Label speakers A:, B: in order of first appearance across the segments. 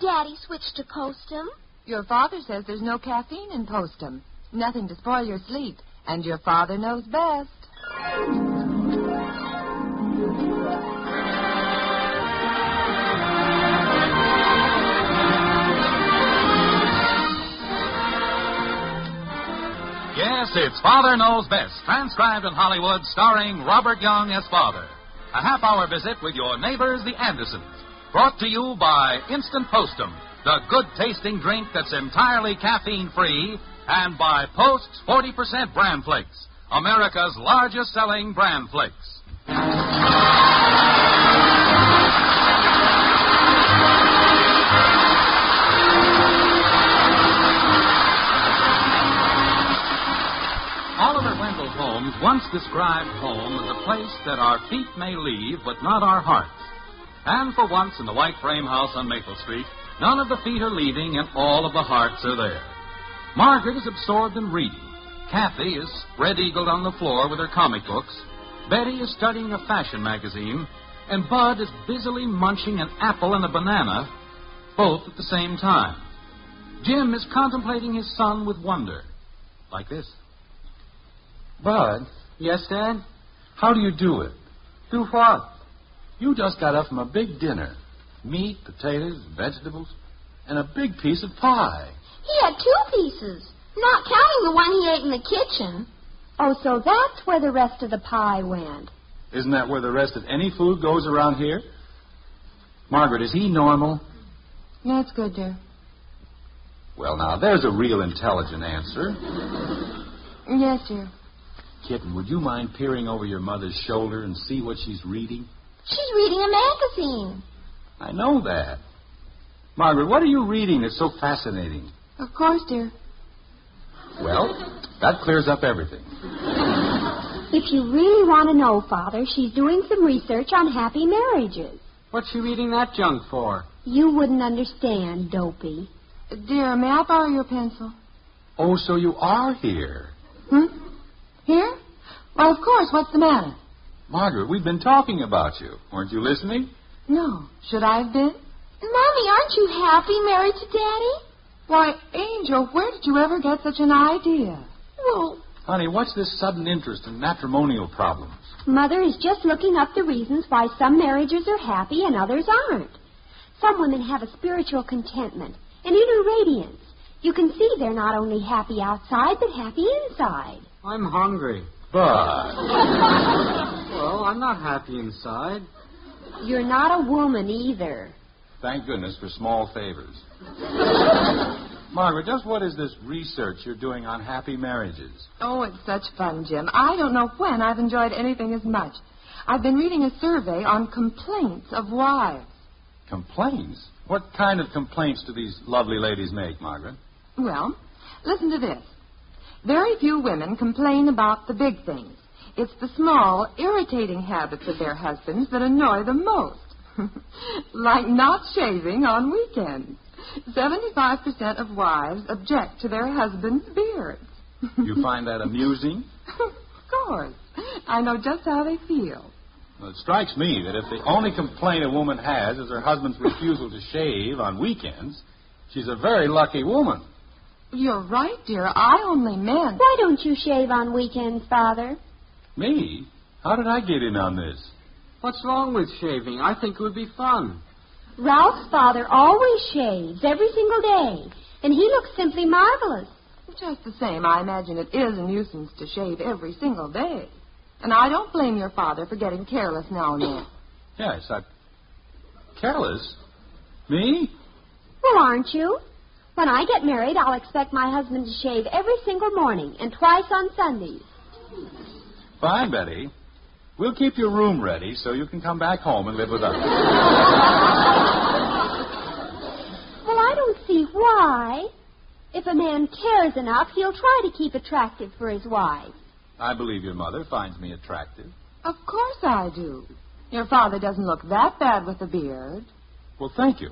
A: Daddy switched to Postum.
B: Your father says there's no caffeine in Postum. Nothing to spoil your sleep. And your father knows best.
C: Yes, it's Father Knows Best, transcribed in Hollywood, starring Robert Young as father. A half hour visit with your neighbors, the Andersons. Brought to you by Instant Postum, the good tasting drink that's entirely caffeine free, and by Post's 40% Bran Flakes, America's largest selling Bran Flakes. Oliver Wendell Holmes once described home as a place that our feet may leave, but not our hearts. And for once in the white frame house on Maple Street, none of the feet are leaving and all of the hearts are there. Margaret is absorbed in reading. Kathy is spread eagled on the floor with her comic books. Betty is studying a fashion magazine. And Bud is busily munching an apple and a banana, both at the same time. Jim is contemplating his son with wonder. Like this.
D: Bud? Yes, Dad? How do you do it? Do what? You just got up from a big dinner meat, potatoes, vegetables, and a big piece of pie.
A: He had two pieces, not counting the one he ate in the kitchen.
E: Oh, so that's where the rest of the pie went.
D: Isn't that where the rest of any food goes around here? Margaret, is he normal?
B: Yeah, it's good, dear.
D: Well, now, there's a real intelligent answer.
B: Yes, dear.
D: Kitten, would you mind peering over your mother's shoulder and see what she's reading?
A: She's reading a magazine.
D: I know that. Margaret, what are you reading that's so fascinating?
B: Of course, dear.
D: Well, that clears up everything.
E: If you really want to know, Father, she's doing some research on happy marriages.
F: What's she reading that junk for?
E: You wouldn't understand, Dopey.
B: Dear, may I borrow your pencil?
D: Oh, so you are here.
B: Hmm? Here? Why, of course. What's the matter?
D: Margaret, we've been talking about you. Weren't you listening?
B: No. Should I have been?
A: Mommy, aren't you happy married to Daddy?
B: Why, Angel, where did you ever get such an idea?
A: Well,
D: Honey, what's this sudden interest in matrimonial problems?
E: Mother is just looking up the reasons why some marriages are happy and others aren't. Some women have a spiritual contentment, an inner radiance. You can see they're not only happy outside, but happy inside.
F: I'm hungry.
D: But
F: Well, I'm not happy inside.
E: You're not a woman either.
D: thank goodness for small favors. Margaret, just what is this research you're doing on happy marriages?
B: Oh, it's such fun, Jim. I don't know when I've enjoyed anything as much. I've been reading a survey on complaints of wives.
D: Complaints? What kind of complaints do these lovely ladies make, Margaret?
B: Well, listen to this. Very few women complain about the big things. It's the small, irritating habits of their husbands that annoy them most. like not shaving on weekends. 75% of wives object to their husband's beards.
D: You find that amusing?
B: of course. I know just how they feel.
D: Well, it strikes me that if the only complaint a woman has is her husband's refusal to shave on weekends, she's a very lucky woman.
B: You're right, dear. I only meant.
E: Why don't you shave on weekends, Father?
D: Me? How did I get in on this?
F: What's wrong with shaving? I think it would be fun.
E: Ralph's father always shaves every single day, and he looks simply marvelous.
B: Just the same, I imagine it is a nuisance to shave every single day. And I don't blame your father for getting careless now and then.
D: Yes, I. Careless? Me?
E: Well, aren't you? When I get married, I'll expect my husband to shave every single morning and twice on Sundays.
D: Fine, Betty. We'll keep your room ready so you can come back home and live with us.
E: Well, I don't see why. If a man cares enough, he'll try to keep attractive for his wife.
D: I believe your mother finds me attractive.
B: Of course I do. Your father doesn't look that bad with a beard.
D: Well, thank you.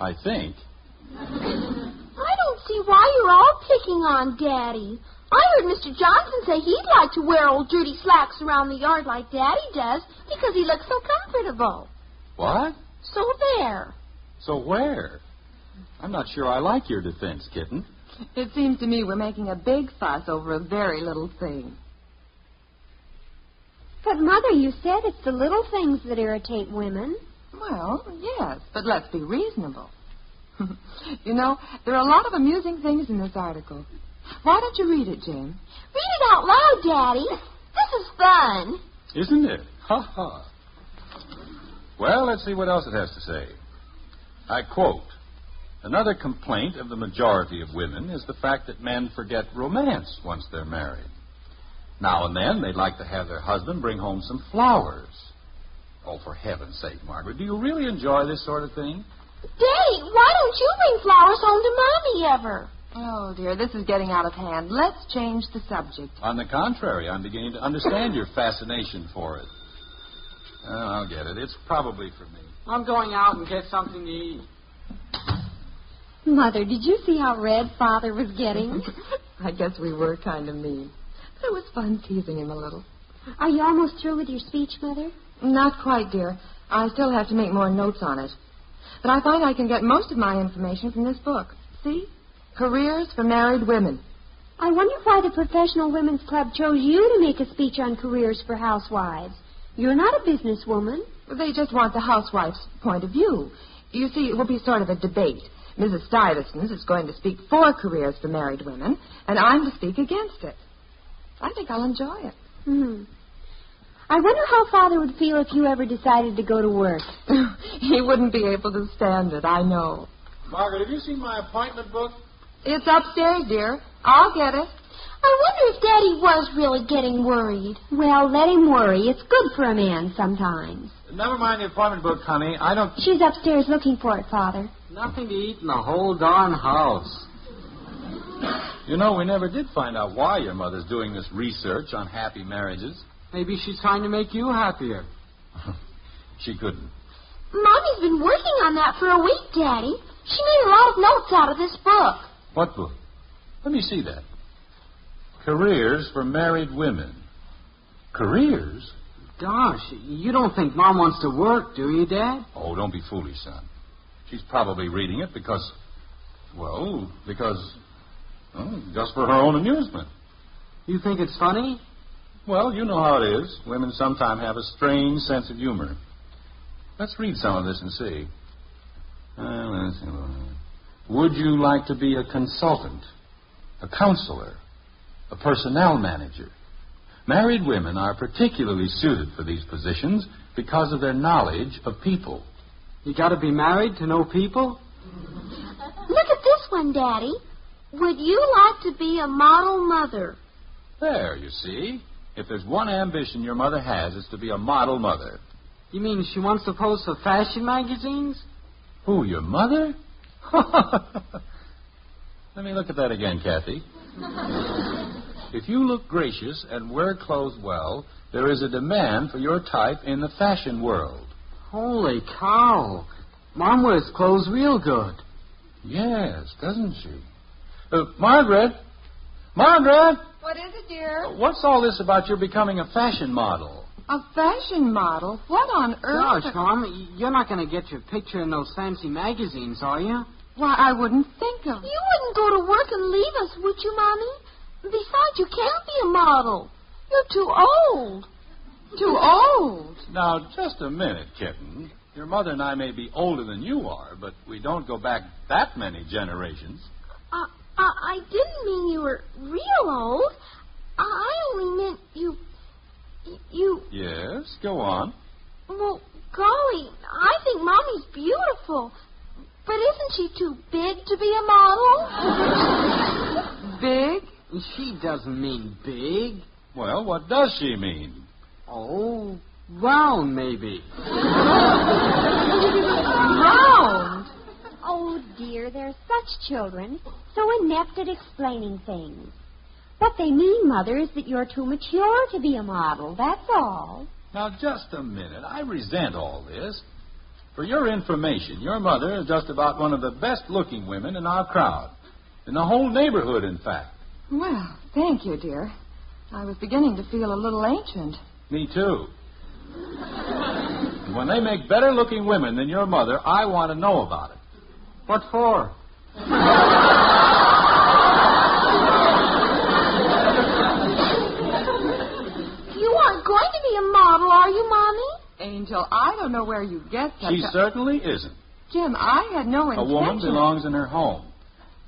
D: I think.
A: I don't see why you're all picking on Daddy. I heard Mr. Johnson say he'd like to wear old dirty slacks around the yard like Daddy does because he looks so comfortable.
D: What?
A: So there.
D: So where? I'm not sure I like your defense, kitten.
B: It seems to me we're making a big fuss over a very little thing.
E: But, Mother, you said it's the little things that irritate women.
B: Well, yes, but let's be reasonable. you know, there are a lot of amusing things in this article. Why don't you read it, Jane?
A: Read it out loud, Daddy. This is fun.
D: Isn't it? Ha ha. Well, let's see what else it has to say. I quote Another complaint of the majority of women is the fact that men forget romance once they're married. Now and then, they'd like to have their husband bring home some flowers. Oh, for heaven's sake, Margaret, do you really enjoy this sort of thing?
A: Daddy, why don't you bring flowers home to Mommy ever?
B: Oh, dear, this is getting out of hand. Let's change the subject.
D: On the contrary, I'm beginning to understand your fascination for it. Oh, I'll get it. It's probably for me.
F: I'm going out and get something to eat.
E: Mother, did you see how red Father was getting?
B: I guess we were kind of mean. But it was fun teasing him a little.
E: Are you almost through with your speech, Mother?
B: Not quite, dear. I still have to make more notes on it. But I find I can get most of my information from this book. See? Careers for Married Women.
E: I wonder why the Professional Women's Club chose you to make a speech on careers for housewives. You're not a businesswoman.
B: They just want the housewife's point of view. You see, it will be sort of a debate. Mrs. Stuyvesant is going to speak for careers for married women, and I'm to speak against it. I think I'll enjoy it.
E: Hmm. I wonder how Father would feel if you ever decided to go to work.
B: he wouldn't be able to stand it, I know.
D: Margaret, have you seen my appointment book?
B: It's upstairs, dear. I'll get it.
A: I wonder if Daddy was really getting worried.
E: Well, let him worry. It's good for a man sometimes.
D: Never mind the appointment book, honey. I don't.
E: She's upstairs looking for it, Father.
F: Nothing to eat in the whole darn house.
D: You know, we never did find out why your mother's doing this research on happy marriages.
F: Maybe she's trying to make you happier.
D: She couldn't.
A: Mommy's been working on that for a week, Daddy. She made a lot of notes out of this book.
D: What book? Let me see that. Careers for Married Women. Careers?
F: Gosh, you don't think Mom wants to work, do you, Dad?
D: Oh, don't be foolish, son. She's probably reading it because, well, because, well, just for her own amusement.
F: You think it's funny?
D: Well, you know how it is. Women sometimes have a strange sense of humor. Let's read some of this and see. Uh, let's see. Would you like to be a consultant, a counselor, a personnel manager? Married women are particularly suited for these positions because of their knowledge of people.
F: You gotta be married to know people?
A: Look at this one, Daddy. Would you like to be a model mother?
D: There, you see. If there's one ambition your mother has, it's to be a model mother.
F: You mean she wants to pose for fashion magazines?
D: Who, your mother? Let me look at that again, Kathy. if you look gracious and wear clothes well, there is a demand for your type in the fashion world.
F: Holy cow. Mom wears clothes real good.
D: Yes, doesn't she? Uh, Margaret? Margaret! Uh,
B: What is it, dear?
D: What's all this about your becoming a fashion model?
B: A fashion model? What on earth?
F: Gosh, Mom, you're not gonna get your picture in those fancy magazines, are you?
B: Why, I wouldn't think of.
A: You wouldn't go to work and leave us, would you, Mommy? Besides, you can't be a model. You're too old.
B: Too old.
D: Now, just a minute, kitten. Your mother and I may be older than you are, but we don't go back that many generations.
A: Uh, uh, I didn't mean you were real old. I- I only meant you. You.
D: Yes, go on.
A: Well, golly, I think Mommy's beautiful. But isn't she too big to be a model?
B: Big?
F: She doesn't mean big.
D: Well, what does she mean?
F: Oh, round, maybe.
B: Round?
E: Oh, dear, they're such children, so inept at explaining things. What they mean, Mother, is that you're too mature to be a model, that's all.
D: Now, just a minute. I resent all this. For your information, your mother is just about one of the best looking women in our crowd. In the whole neighborhood, in fact.
B: Well, thank you, dear. I was beginning to feel a little ancient.
D: Me too. And when they make better looking women than your mother, I want to know about it. What for?
A: You aren't going to be a model, are you, Mommy?
B: Angel, I don't know where you get such
D: She
B: a...
D: certainly isn't.
B: Jim, I had no
D: A
B: intention...
D: woman belongs in her home.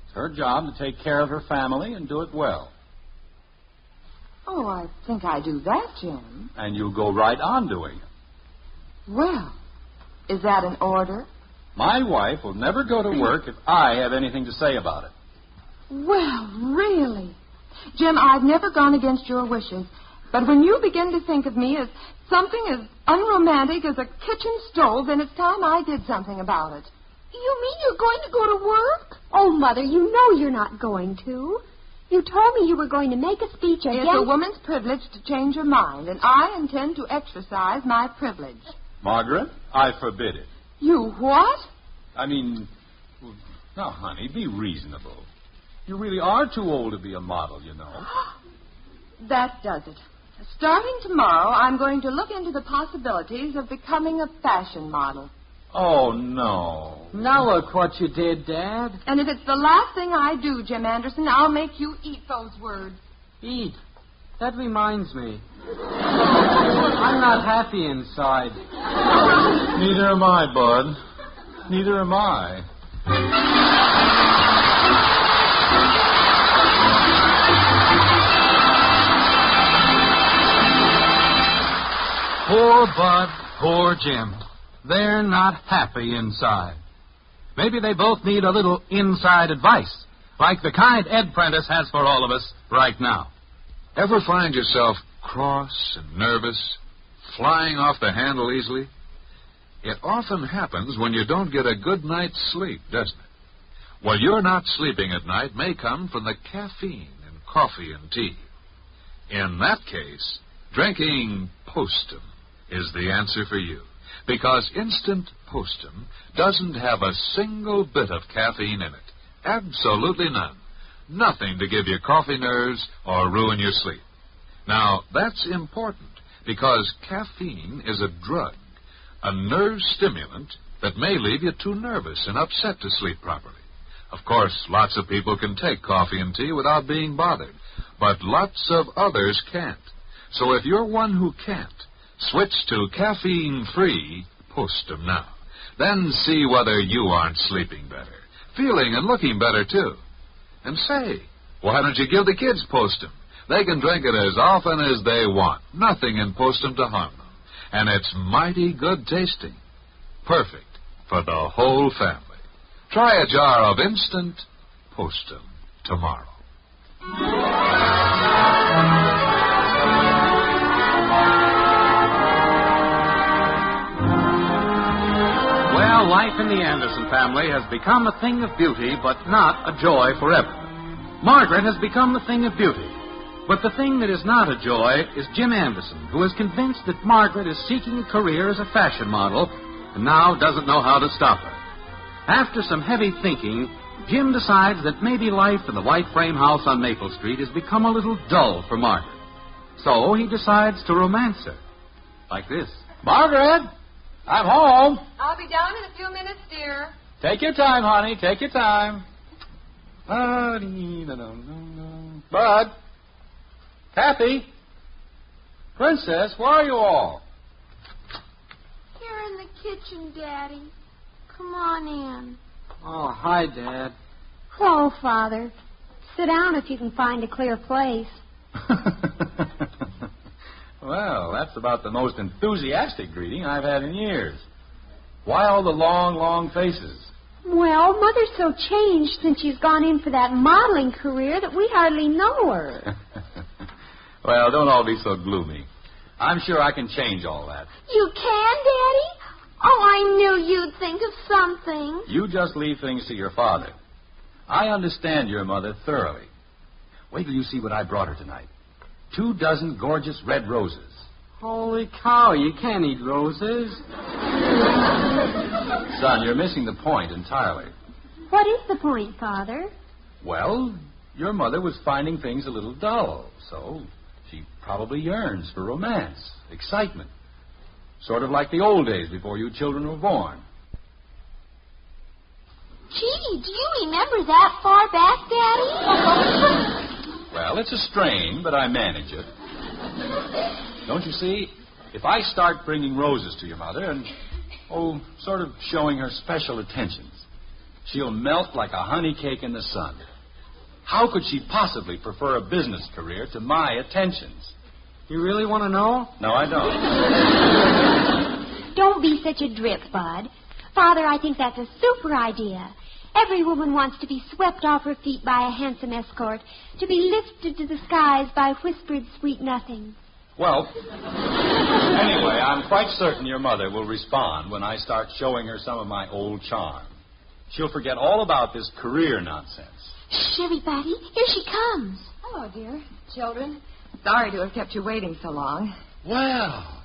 D: It's her job to take care of her family and do it well.
B: Oh, I think I do that, Jim.
D: And you go right on doing it.
B: Well, is that an order?
D: My wife will never go to work if I have anything to say about it.
B: Well, really. Jim, I've never gone against your wishes, but when you begin to think of me as something as unromantic as a kitchen stove, then it's time I did something about it.
A: You mean you're going to go to work?
E: Oh, Mother, you know you're not going to. You told me you were going to make a speech against...
B: It's a woman's privilege to change her mind, and I intend to exercise my privilege.
D: Margaret, I forbid it.
B: You what?
D: I mean, well, now, honey, be reasonable. You really are too old to be a model, you know.
B: That does it. Starting tomorrow, I'm going to look into the possibilities of becoming a fashion model.
D: Oh, no.
F: Now look what you did, Dad.
B: And if it's the last thing I do, Jim Anderson, I'll make you eat those words.
F: Eat. That reminds me. I'm not happy inside.
D: Neither am I, Bud. Neither am I.
C: Poor Bud, poor Jim. They're not happy inside. Maybe they both need a little inside advice, like the kind Ed Prentice has for all of us right now.
G: Ever find yourself cross and nervous, flying off the handle easily? It often happens when you don't get a good night's sleep, doesn't it? Well, your not sleeping at night may come from the caffeine in coffee and tea. In that case, drinking Postum is the answer for you. Because instant Postum doesn't have a single bit of caffeine in it. Absolutely none. Nothing to give you coffee nerves or ruin your sleep. Now, that's important because caffeine is a drug, a nerve stimulant that may leave you too nervous and upset to sleep properly. Of course, lots of people can take coffee and tea without being bothered, but lots of others can't. So if you're one who can't, switch to caffeine free Postum now. Then see whether you aren't sleeping better, feeling and looking better, too. And say, why don't you give the kids Postum? They can drink it as often as they want. Nothing in Postum to harm them. And it's mighty good tasting. Perfect for the whole family. Try a jar of instant Postum tomorrow.
C: Well, life in the Anderson family has become a thing of beauty, but not a joy forever. Margaret has become the thing of beauty. But the thing that is not a joy is Jim Anderson, who is convinced that Margaret is seeking a career as a fashion model and now doesn't know how to stop her. After some heavy thinking, Jim decides that maybe life in the white frame house on Maple Street has become a little dull for Margaret. So he decides to romance her. Like this.
D: Margaret, I'm home.
B: I'll be down in a few minutes, dear.
D: Take your time, honey. Take your time. Bud. Kathy. Princess, where are you all?
A: Here in the kitchen, Daddy. Come on in.
F: Oh, hi, Dad.
E: Oh, Father, sit down if you can find a clear place.
D: well, that's about the most enthusiastic greeting I've had in years. Why all the long, long faces?
E: Well, Mother's so changed since she's gone in for that modeling career that we hardly know her.
D: well, don't all be so gloomy. I'm sure I can change all that.
A: You can, Daddy? Oh, I knew you'd think of something.
D: You just leave things to your father. I understand your mother thoroughly. Wait till you see what I brought her tonight. Two dozen gorgeous red roses.
F: Holy cow, you can't eat roses.
D: Son, you're missing the point entirely.
E: What is the point, Father?
D: Well, your mother was finding things a little dull, so she probably yearns for romance, excitement. Sort of like the old days before you children were born.
A: Gee, do you remember that far back, Daddy?
D: Well, it's a strain, but I manage it. Don't you see? If I start bringing roses to your mother and, oh, sort of showing her special attentions, she'll melt like a honey cake in the sun. How could she possibly prefer a business career to my attentions?
F: You really want to know?
D: No, I don't.
E: Don't be such a drip, Bud. Father, I think that's a super idea. Every woman wants to be swept off her feet by a handsome escort, to be lifted to the skies by whispered sweet nothings.
D: Well, anyway, I'm quite certain your mother will respond when I start showing her some of my old charm. She'll forget all about this career nonsense.
A: Shh, everybody, here she comes.
B: Hello, dear. Children, sorry to have kept you waiting so long.
D: Well,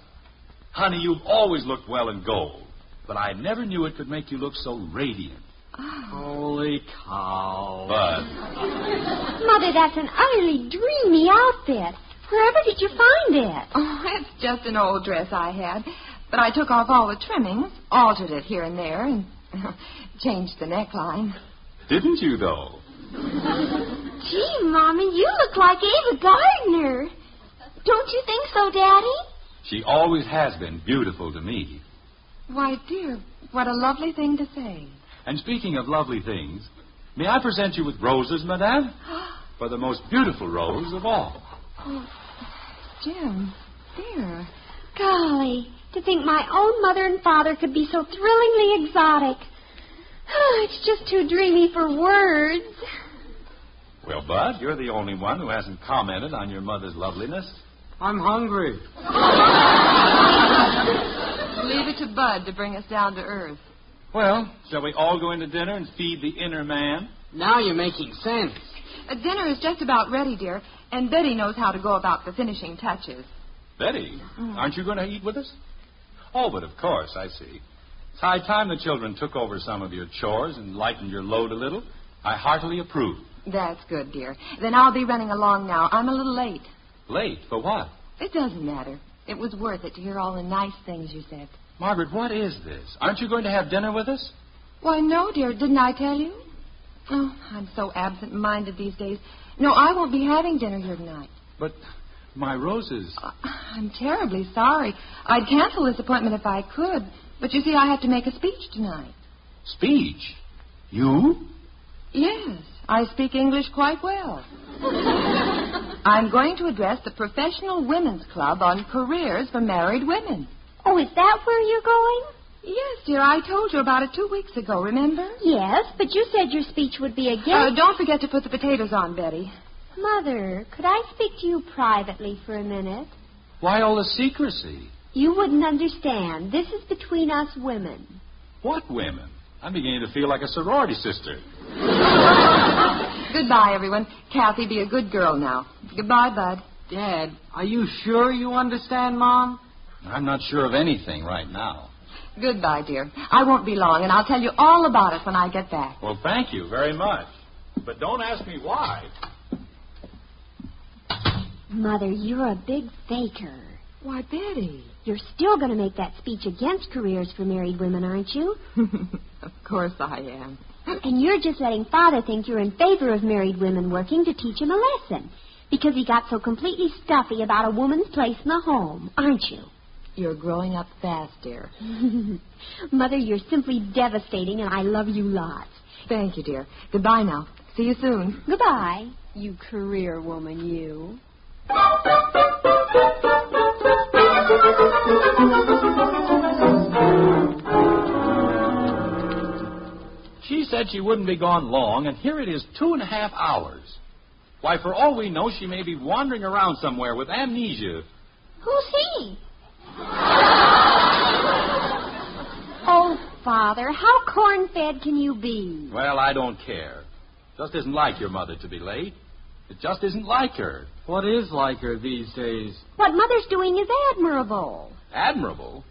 D: honey, you've always looked well in gold, but I never knew it could make you look so radiant.
B: Ah.
F: Holy cow.
D: But
E: Mother, that's an utterly dreamy outfit. Wherever did you find it?
B: Oh, it's just an old dress I had. But I took off all the trimmings, altered it here and there, and changed the neckline.
D: didn't you, though?
A: Gee, Mommy, you look like Ava Gardner. Don't you think so, Daddy?
D: She always has been beautiful to me.
B: Why, dear, what a lovely thing to say.
D: And speaking of lovely things, may I present you with roses, madame? For the most beautiful rose of all.
B: Jim, dear.
E: Golly, to think my own mother and father could be so thrillingly exotic. it's just too dreamy for words.
D: Well, Bud, you're the only one who hasn't commented on your mother's loveliness.
F: I'm hungry.
B: Leave it to Bud to bring us down to earth.
D: Well, shall we all go into dinner and feed the inner man?
F: Now you're making sense.
B: Uh, dinner is just about ready, dear, and Betty knows how to go about the finishing touches.
D: Betty, aren't you going to eat with us? Oh, but of course, I see. It's high time the children took over some of your chores and lightened your load a little. I heartily approve.
B: That's good, dear. Then I'll be running along now. I'm a little late.
D: Late, for what?
B: It doesn't matter. It was worth it to hear all the nice things you said.
D: Margaret, what is this? Aren't you going to have dinner with us?
B: Why, no, dear. Didn't I tell you? Oh, I'm so absent minded these days. No, I won't be having dinner here tonight.
D: But my roses.
B: Uh, I'm terribly sorry. I'd cancel this appointment if I could, but you see, I have to make a speech tonight.
D: Speech. You?
B: Yes, I speak English quite well. I'm going to address the Professional Women's Club on careers for married women.
E: Oh, is that where you're going?
B: Yes, dear, I told you about it two weeks ago, remember?
E: Yes, but you said your speech would be
B: Uh,
E: against.
B: don't forget to put the potatoes on, Betty.
E: Mother, could I speak to you privately for a minute?
D: Why all the secrecy?
E: You wouldn't understand. This is between us women.
D: What women? I'm beginning to feel like a sorority sister.
B: Goodbye, everyone. Kathy, be a good girl now. Goodbye, Bud.
F: Dad, are you sure you understand, Mom?
D: I'm not sure of anything right now.
B: Goodbye, dear. I won't be long, and I'll tell you all about it when I get back.
D: Well, thank you very much. But don't ask me why.
E: Mother, you're a big faker.
B: Why, Betty?
E: You're still going to make that speech against careers for married women, aren't you?
B: of course I am.
E: And you're just letting Father think you're in favor of married women working to teach him a lesson because he got so completely stuffy about a woman's place in the home, aren't you?
B: You're growing up fast, dear.
E: Mother, you're simply devastating, and I love you lots.
B: Thank you, dear. Goodbye now. See you soon.
E: Goodbye, you career woman, you.
D: She said she wouldn't be gone long, and here it is two and a half hours. Why, for all we know, she may be wandering around somewhere with amnesia.
A: Who's he?
E: Oh, Father, how corn fed can you be?
D: Well, I don't care. Just isn't like your mother to be late. It just isn't like her.
F: What is like her these days?
E: What Mother's doing is admirable.
D: Admirable.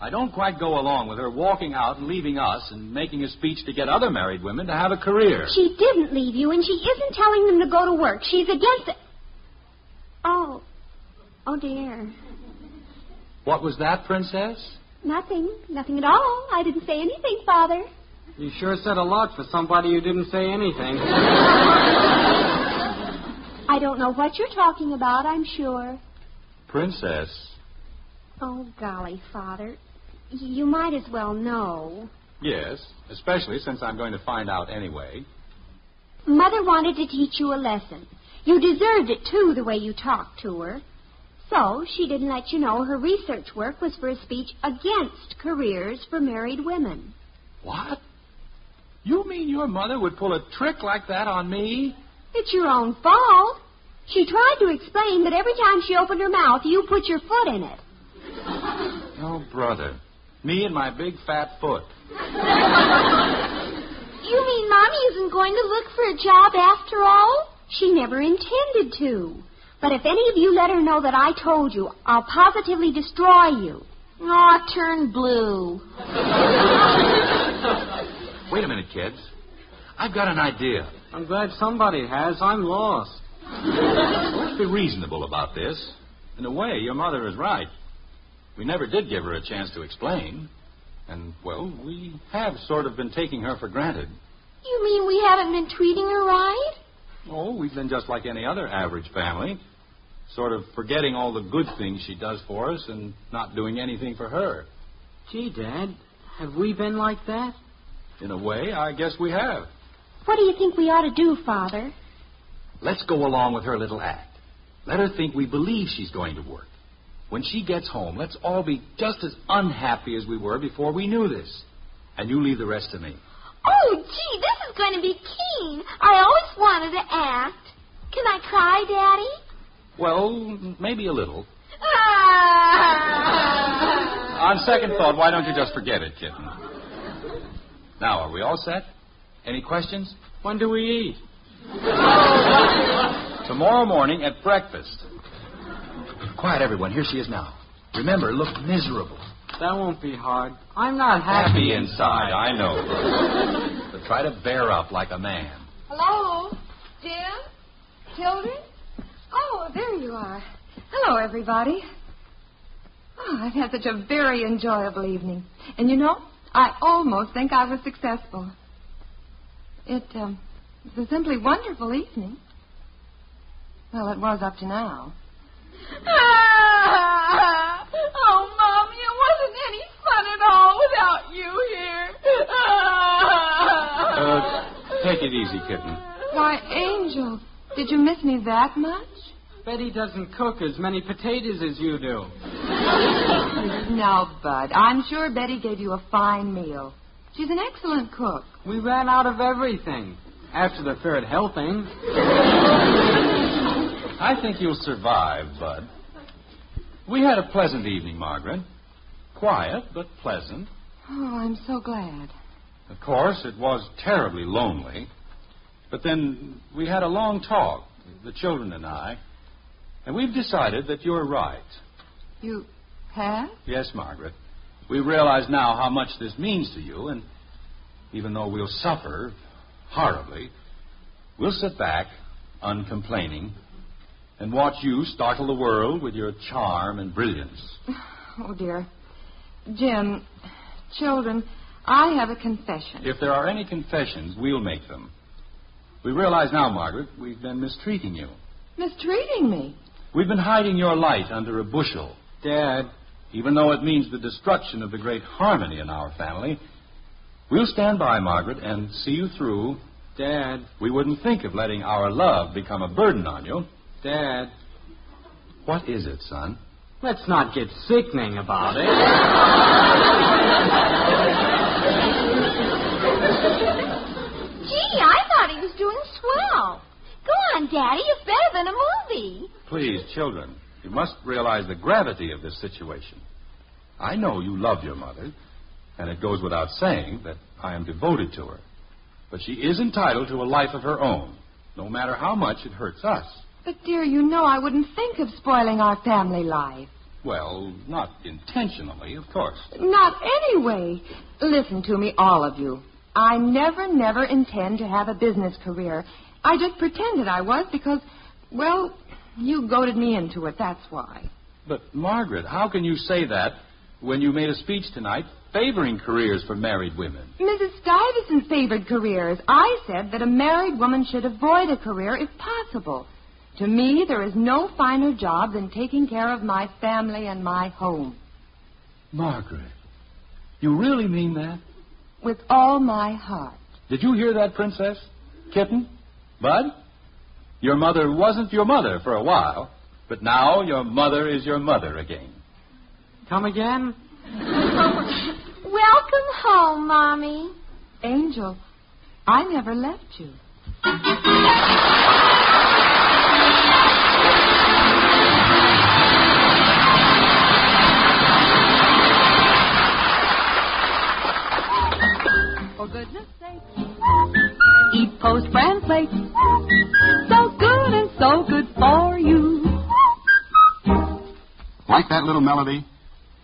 D: I don't quite go along with her walking out and leaving us and making a speech to get other married women to have a career.
E: She didn't leave you, and she isn't telling them to go to work. She's against it. Oh. Oh, dear.
D: What was that, Princess?
E: Nothing. Nothing at all. I didn't say anything, Father.
F: You sure said a lot for somebody who didn't say anything.
E: I don't know what you're talking about, I'm sure.
D: Princess.
E: Oh, golly, Father. Y- You might as well know.
D: Yes, especially since I'm going to find out anyway.
E: Mother wanted to teach you a lesson. You deserved it, too, the way you talked to her. So she didn't let you know her research work was for a speech against careers for married women.
D: What? You mean your mother would pull a trick like that on me?
E: It's your own fault. She tried to explain that every time she opened her mouth, you put your foot in it.
D: Oh, brother. Me and my big fat foot.
A: You mean Mommy isn't going to look for a job after all?
E: She never intended to. But if any of you let her know that I told you, I'll positively destroy you.
A: Aw, turn blue.
D: Wait a minute, kids. I've got an idea.
F: I'm glad somebody has. I'm lost.
D: Let's be reasonable about this. In a way, your mother is right. We never did give her a chance to explain. And, well, we have sort of been taking her for granted.
A: You mean we haven't been treating her right?
D: Oh, we've been just like any other average family, sort of forgetting all the good things she does for us and not doing anything for her.
F: Gee, Dad, have we been like that?
D: In a way, I guess we have.
E: What do you think we ought to do, Father?
D: Let's go along with her little act. Let her think we believe she's going to work. When she gets home, let's all be just as unhappy as we were before we knew this. And you leave the rest to me.
A: Oh, gee, this is going to be keen. I always wanted to act. Can I cry, Daddy?
D: Well, maybe a little.
A: Ah!
D: On second thought, why don't you just forget it, kitten? Now, are we all set? Any questions?
F: When do we eat?
D: Tomorrow morning at breakfast. Quiet, everyone. Here she is now. Remember, look miserable.
F: That won't be hard. I'm not happy.
D: Happy inside, I know. but try to bear up like a man.
H: Hello, Jim, children. Oh, there you are. Hello, everybody.
B: Oh, I've had such a very enjoyable evening. And you know, I almost think I was successful. It um, was a simply wonderful evening. Well, it was up to now.
H: Ah! Oh, Mommy, it wasn't any fun at all without you here. Ah!
D: Uh, take it easy, kitten.
B: Why, Angel, did you miss me that much?
F: Betty doesn't cook as many potatoes as you do.
B: Now, Bud, I'm sure Betty gave you a fine meal. She's an excellent cook.
F: We ran out of everything after the third hell thing.
D: I think you'll survive, Bud. We had a pleasant evening, Margaret. Quiet, but pleasant.
B: Oh, I'm so glad.
D: Of course, it was terribly lonely. But then we had a long talk, the children and I, and we've decided that you're right.
B: You have?
D: Yes, Margaret. We realize now how much this means to you, and even though we'll suffer horribly, we'll sit back, uncomplaining, and watch you startle the world with your charm and brilliance.
B: Oh, dear. Jim, children, I have a confession.
D: If there are any confessions, we'll make them. We realize now, Margaret, we've been mistreating you.
B: Mistreating me.
D: We've been hiding your light under a bushel.
F: Dad,
D: Even though it means the destruction of the great harmony in our family, we'll stand by, Margaret, and see you through.
F: Dad,
D: We wouldn't think of letting our love become a burden on you.
F: Dad.
D: What is it, son?
F: Let's not get sickening about it.
A: Gee, I thought he was doing swell. Go on, Daddy. It's better than a movie.
D: Please, children, you must realize the gravity of this situation. I know you love your mother, and it goes without saying that I am devoted to her. But she is entitled to a life of her own, no matter how much it hurts us.
B: But, dear, you know I wouldn't think of spoiling our family life.
D: Well, not intentionally, of course.
B: Not anyway. Listen to me, all of you. I never, never intend to have a business career. I just pretended I was because, well, you goaded me into it, that's why.
F: But, Margaret, how can you say that when you made a speech tonight favoring careers for married women?
B: Mrs. Stuyvesant favored careers. I said that a married woman should avoid a career if possible. To me, there is no finer job than taking care of my family and my home.
F: Margaret, you really mean that?
B: With all my heart.
F: Did you hear that, Princess? Kitten? Bud? Your mother wasn't your mother for a while, but now your mother is your mother again.
I: Come again?
J: Welcome home, Mommy.
B: Angel, I never left you. For goodness sake, eat Post Brand Flakes. So good and so good for you.
D: Like that little melody?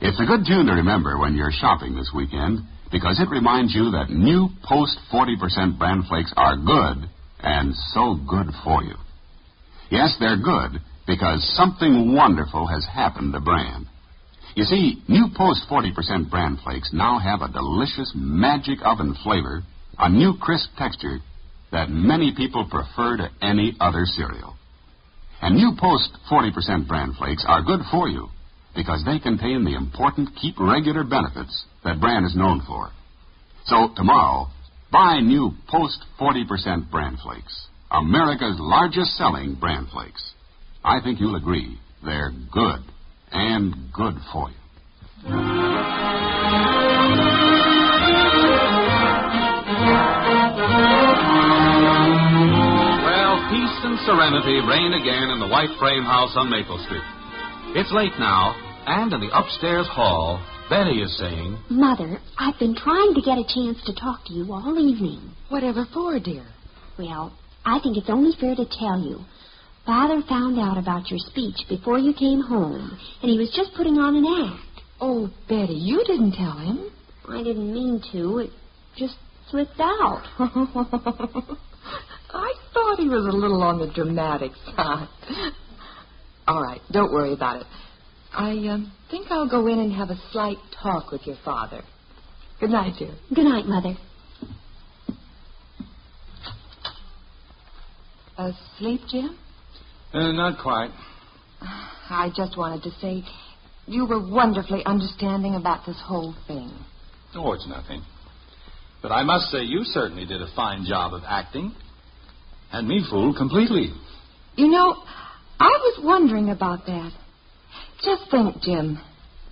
D: It's a good tune to remember when you're shopping this weekend because it reminds you that new post 40% bran flakes are good and so good for you. Yes, they're good because something wonderful has happened to bran. You see, new post 40% bran flakes now have a delicious magic oven flavor, a new crisp texture that many people prefer to any other cereal. And new post 40% bran flakes are good for you because they contain the important keep regular benefits that bran is known for. So tomorrow, buy new post 40% bran flakes, America's largest selling bran flakes. I think you'll agree they're good and good for you.
K: Well, peace and serenity reign again in the white frame house on Maple Street. It's late now, and in the upstairs hall, Betty is saying,
E: Mother, I've been trying to get a chance to talk to you all evening.
B: Whatever for, dear?
E: Well, I think it's only fair to tell you. Father found out about your speech before you came home, and he was just putting on an act.
B: Oh, Betty, you didn't tell him.
E: I didn't mean to. It just slipped out.
B: I thought he was a little on the dramatic side. All right, don't worry about it. I um, think I'll go in and have a slight talk with your father. Good night, dear.
E: Good night, Mother.
B: Asleep, Jim?
F: Uh, not quite.
B: I just wanted to say you were wonderfully understanding about this whole thing.
F: Oh, it's nothing. But I must say, you certainly did a fine job of acting. Had me fooled completely.
B: You know, I was wondering about that. Just think, Jim.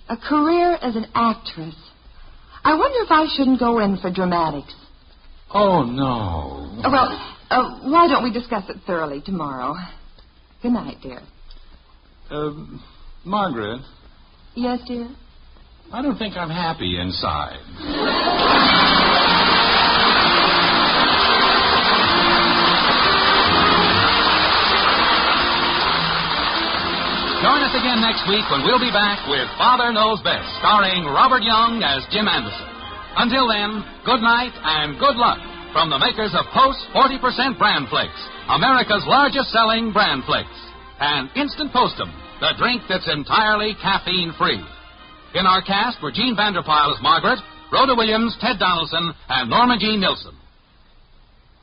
B: A career as an actress. I wonder if I shouldn't go in for dramatics.
F: Oh, no.
B: Uh, Well, uh, why don't we discuss it thoroughly tomorrow? Good night, dear.
F: Um, Margaret,
B: Yes, dear?
F: I don't think I'm happy inside.
K: Join us again next week when we'll be back with Father Knows Best, starring Robert Young as Jim Anderson. Until then, good night and good luck from the makers of Post 40% Bran Flakes, America's largest selling Bran Flakes, and Instant Postum, the drink that's entirely caffeine free. In our cast were Gene Vanderpyle as Margaret, Rhoda Williams, Ted Donaldson, and Norma Jean Nilsson.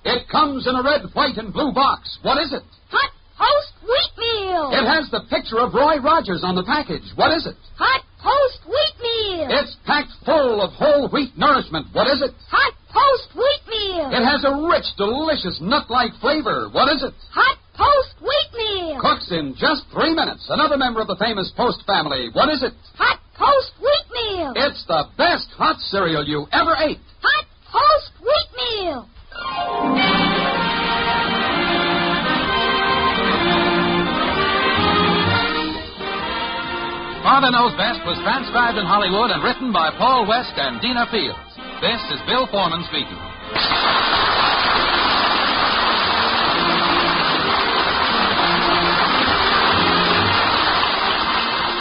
K: It comes in a red, white, and blue box. What is it?
J: Hot Post Wheat Meal!
I: It has the picture of Roy Rogers on the package. What is it?
J: Hot Post Wheat Meal!
I: It's packed full of whole wheat nourishment. What is it?
J: Hot Post Wheat Meal!
I: It has a rich, delicious, nut-like flavor. What is it?
J: Hot Post Wheat Meal!
I: Cooks in just three minutes. Another member of the famous Post family. What is it?
J: Hot Post Wheat Meal!
I: It's the best hot cereal you ever ate.
J: Hot Post Wheat Meal!
K: Father Knows Best was transcribed in Hollywood and written by Paul West and Dina Fields. This is Bill Foreman speaking.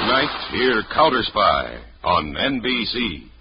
L: Tonight, hear Counter Spy on NBC.